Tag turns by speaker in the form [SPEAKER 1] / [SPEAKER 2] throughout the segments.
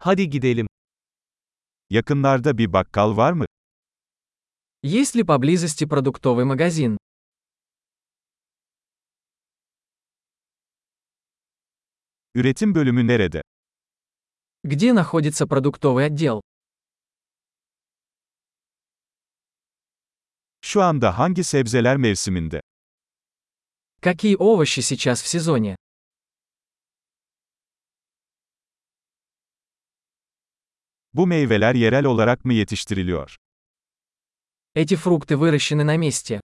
[SPEAKER 1] Hadi gidelim.
[SPEAKER 2] Yakınlarda bir bakkal var mı?
[SPEAKER 3] Есть ли поблизости продуктовый магазин?
[SPEAKER 2] Üretim bölümü nerede?
[SPEAKER 3] Где находится продуктовый отдел?
[SPEAKER 2] Şu anda hangi sebzeler mevsiminde?
[SPEAKER 3] Какие овощи сейчас в сезоне?
[SPEAKER 2] Bu meyveler yerel olarak mı yetiştiriliyor?
[SPEAKER 3] Эти фрукты выращены на месте.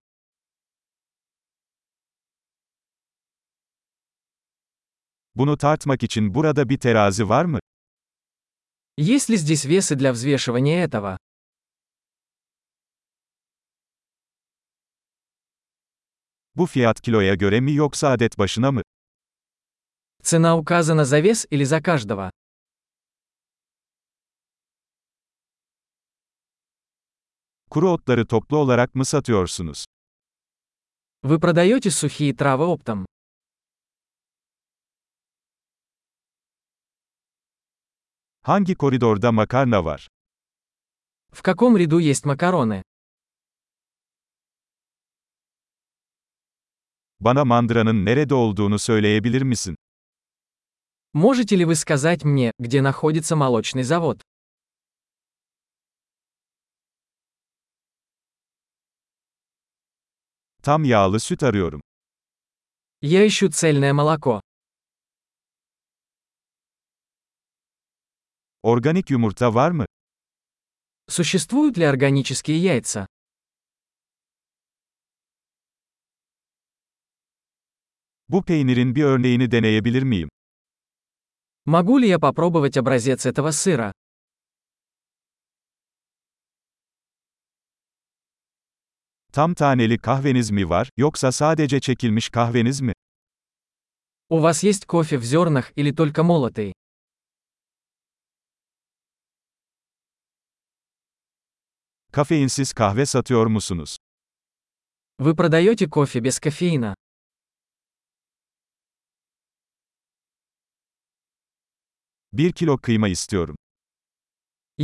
[SPEAKER 2] Bunu tartmak için burada bir terazi var mı?
[SPEAKER 3] Есть ли здесь весы для взвешивания этого?
[SPEAKER 2] Bu fiyat kiloya göre mi yoksa adet başına mı?
[SPEAKER 3] Цена указана за вес или за каждого?
[SPEAKER 2] Kuru otları toplu olarak mı satıyorsunuz?
[SPEAKER 3] Вы продаете сухие травы оптом?
[SPEAKER 2] Hangi koridorda makarna var?
[SPEAKER 3] В каком ряду есть макароны?
[SPEAKER 2] Bana mandıranın nerede olduğunu söyleyebilir misin?
[SPEAKER 3] Можете ли вы сказать мне, где находится молочный завод?
[SPEAKER 2] Tam yağlı süt arıyorum.
[SPEAKER 3] Я ищу цельное молоко.
[SPEAKER 2] Organik yumurta var mı?
[SPEAKER 3] Существуют ли органические яйца?
[SPEAKER 2] Bu peynirin bir örneğini deneyebilir miyim?
[SPEAKER 3] Могу ли я попробовать образец этого сыра?
[SPEAKER 2] Tam taneli kahveniz mi var, yoksa sadece çekilmiş kahveniz mi?
[SPEAKER 3] У вас есть кофе в зернах или только молотый?
[SPEAKER 2] Kafeinsiz kahve satıyor musunuz?
[SPEAKER 3] Вы продаете кофе без кофеина?
[SPEAKER 2] Bir kilo kıyma istiyorum.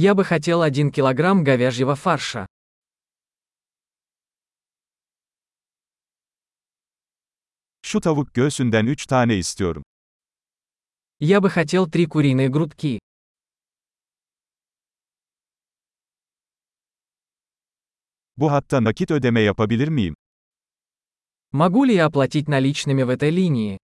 [SPEAKER 3] Я бы хотел 1 килограмм говяжьего фарша.
[SPEAKER 2] Şu tavuk göğsünden 3 tane istiyorum.
[SPEAKER 3] Я бы хотел 3 куриные грудки.
[SPEAKER 2] Bu hatta nakit ödeme yapabilir miyim?
[SPEAKER 3] Могу ли я оплатить наличными в этой линии?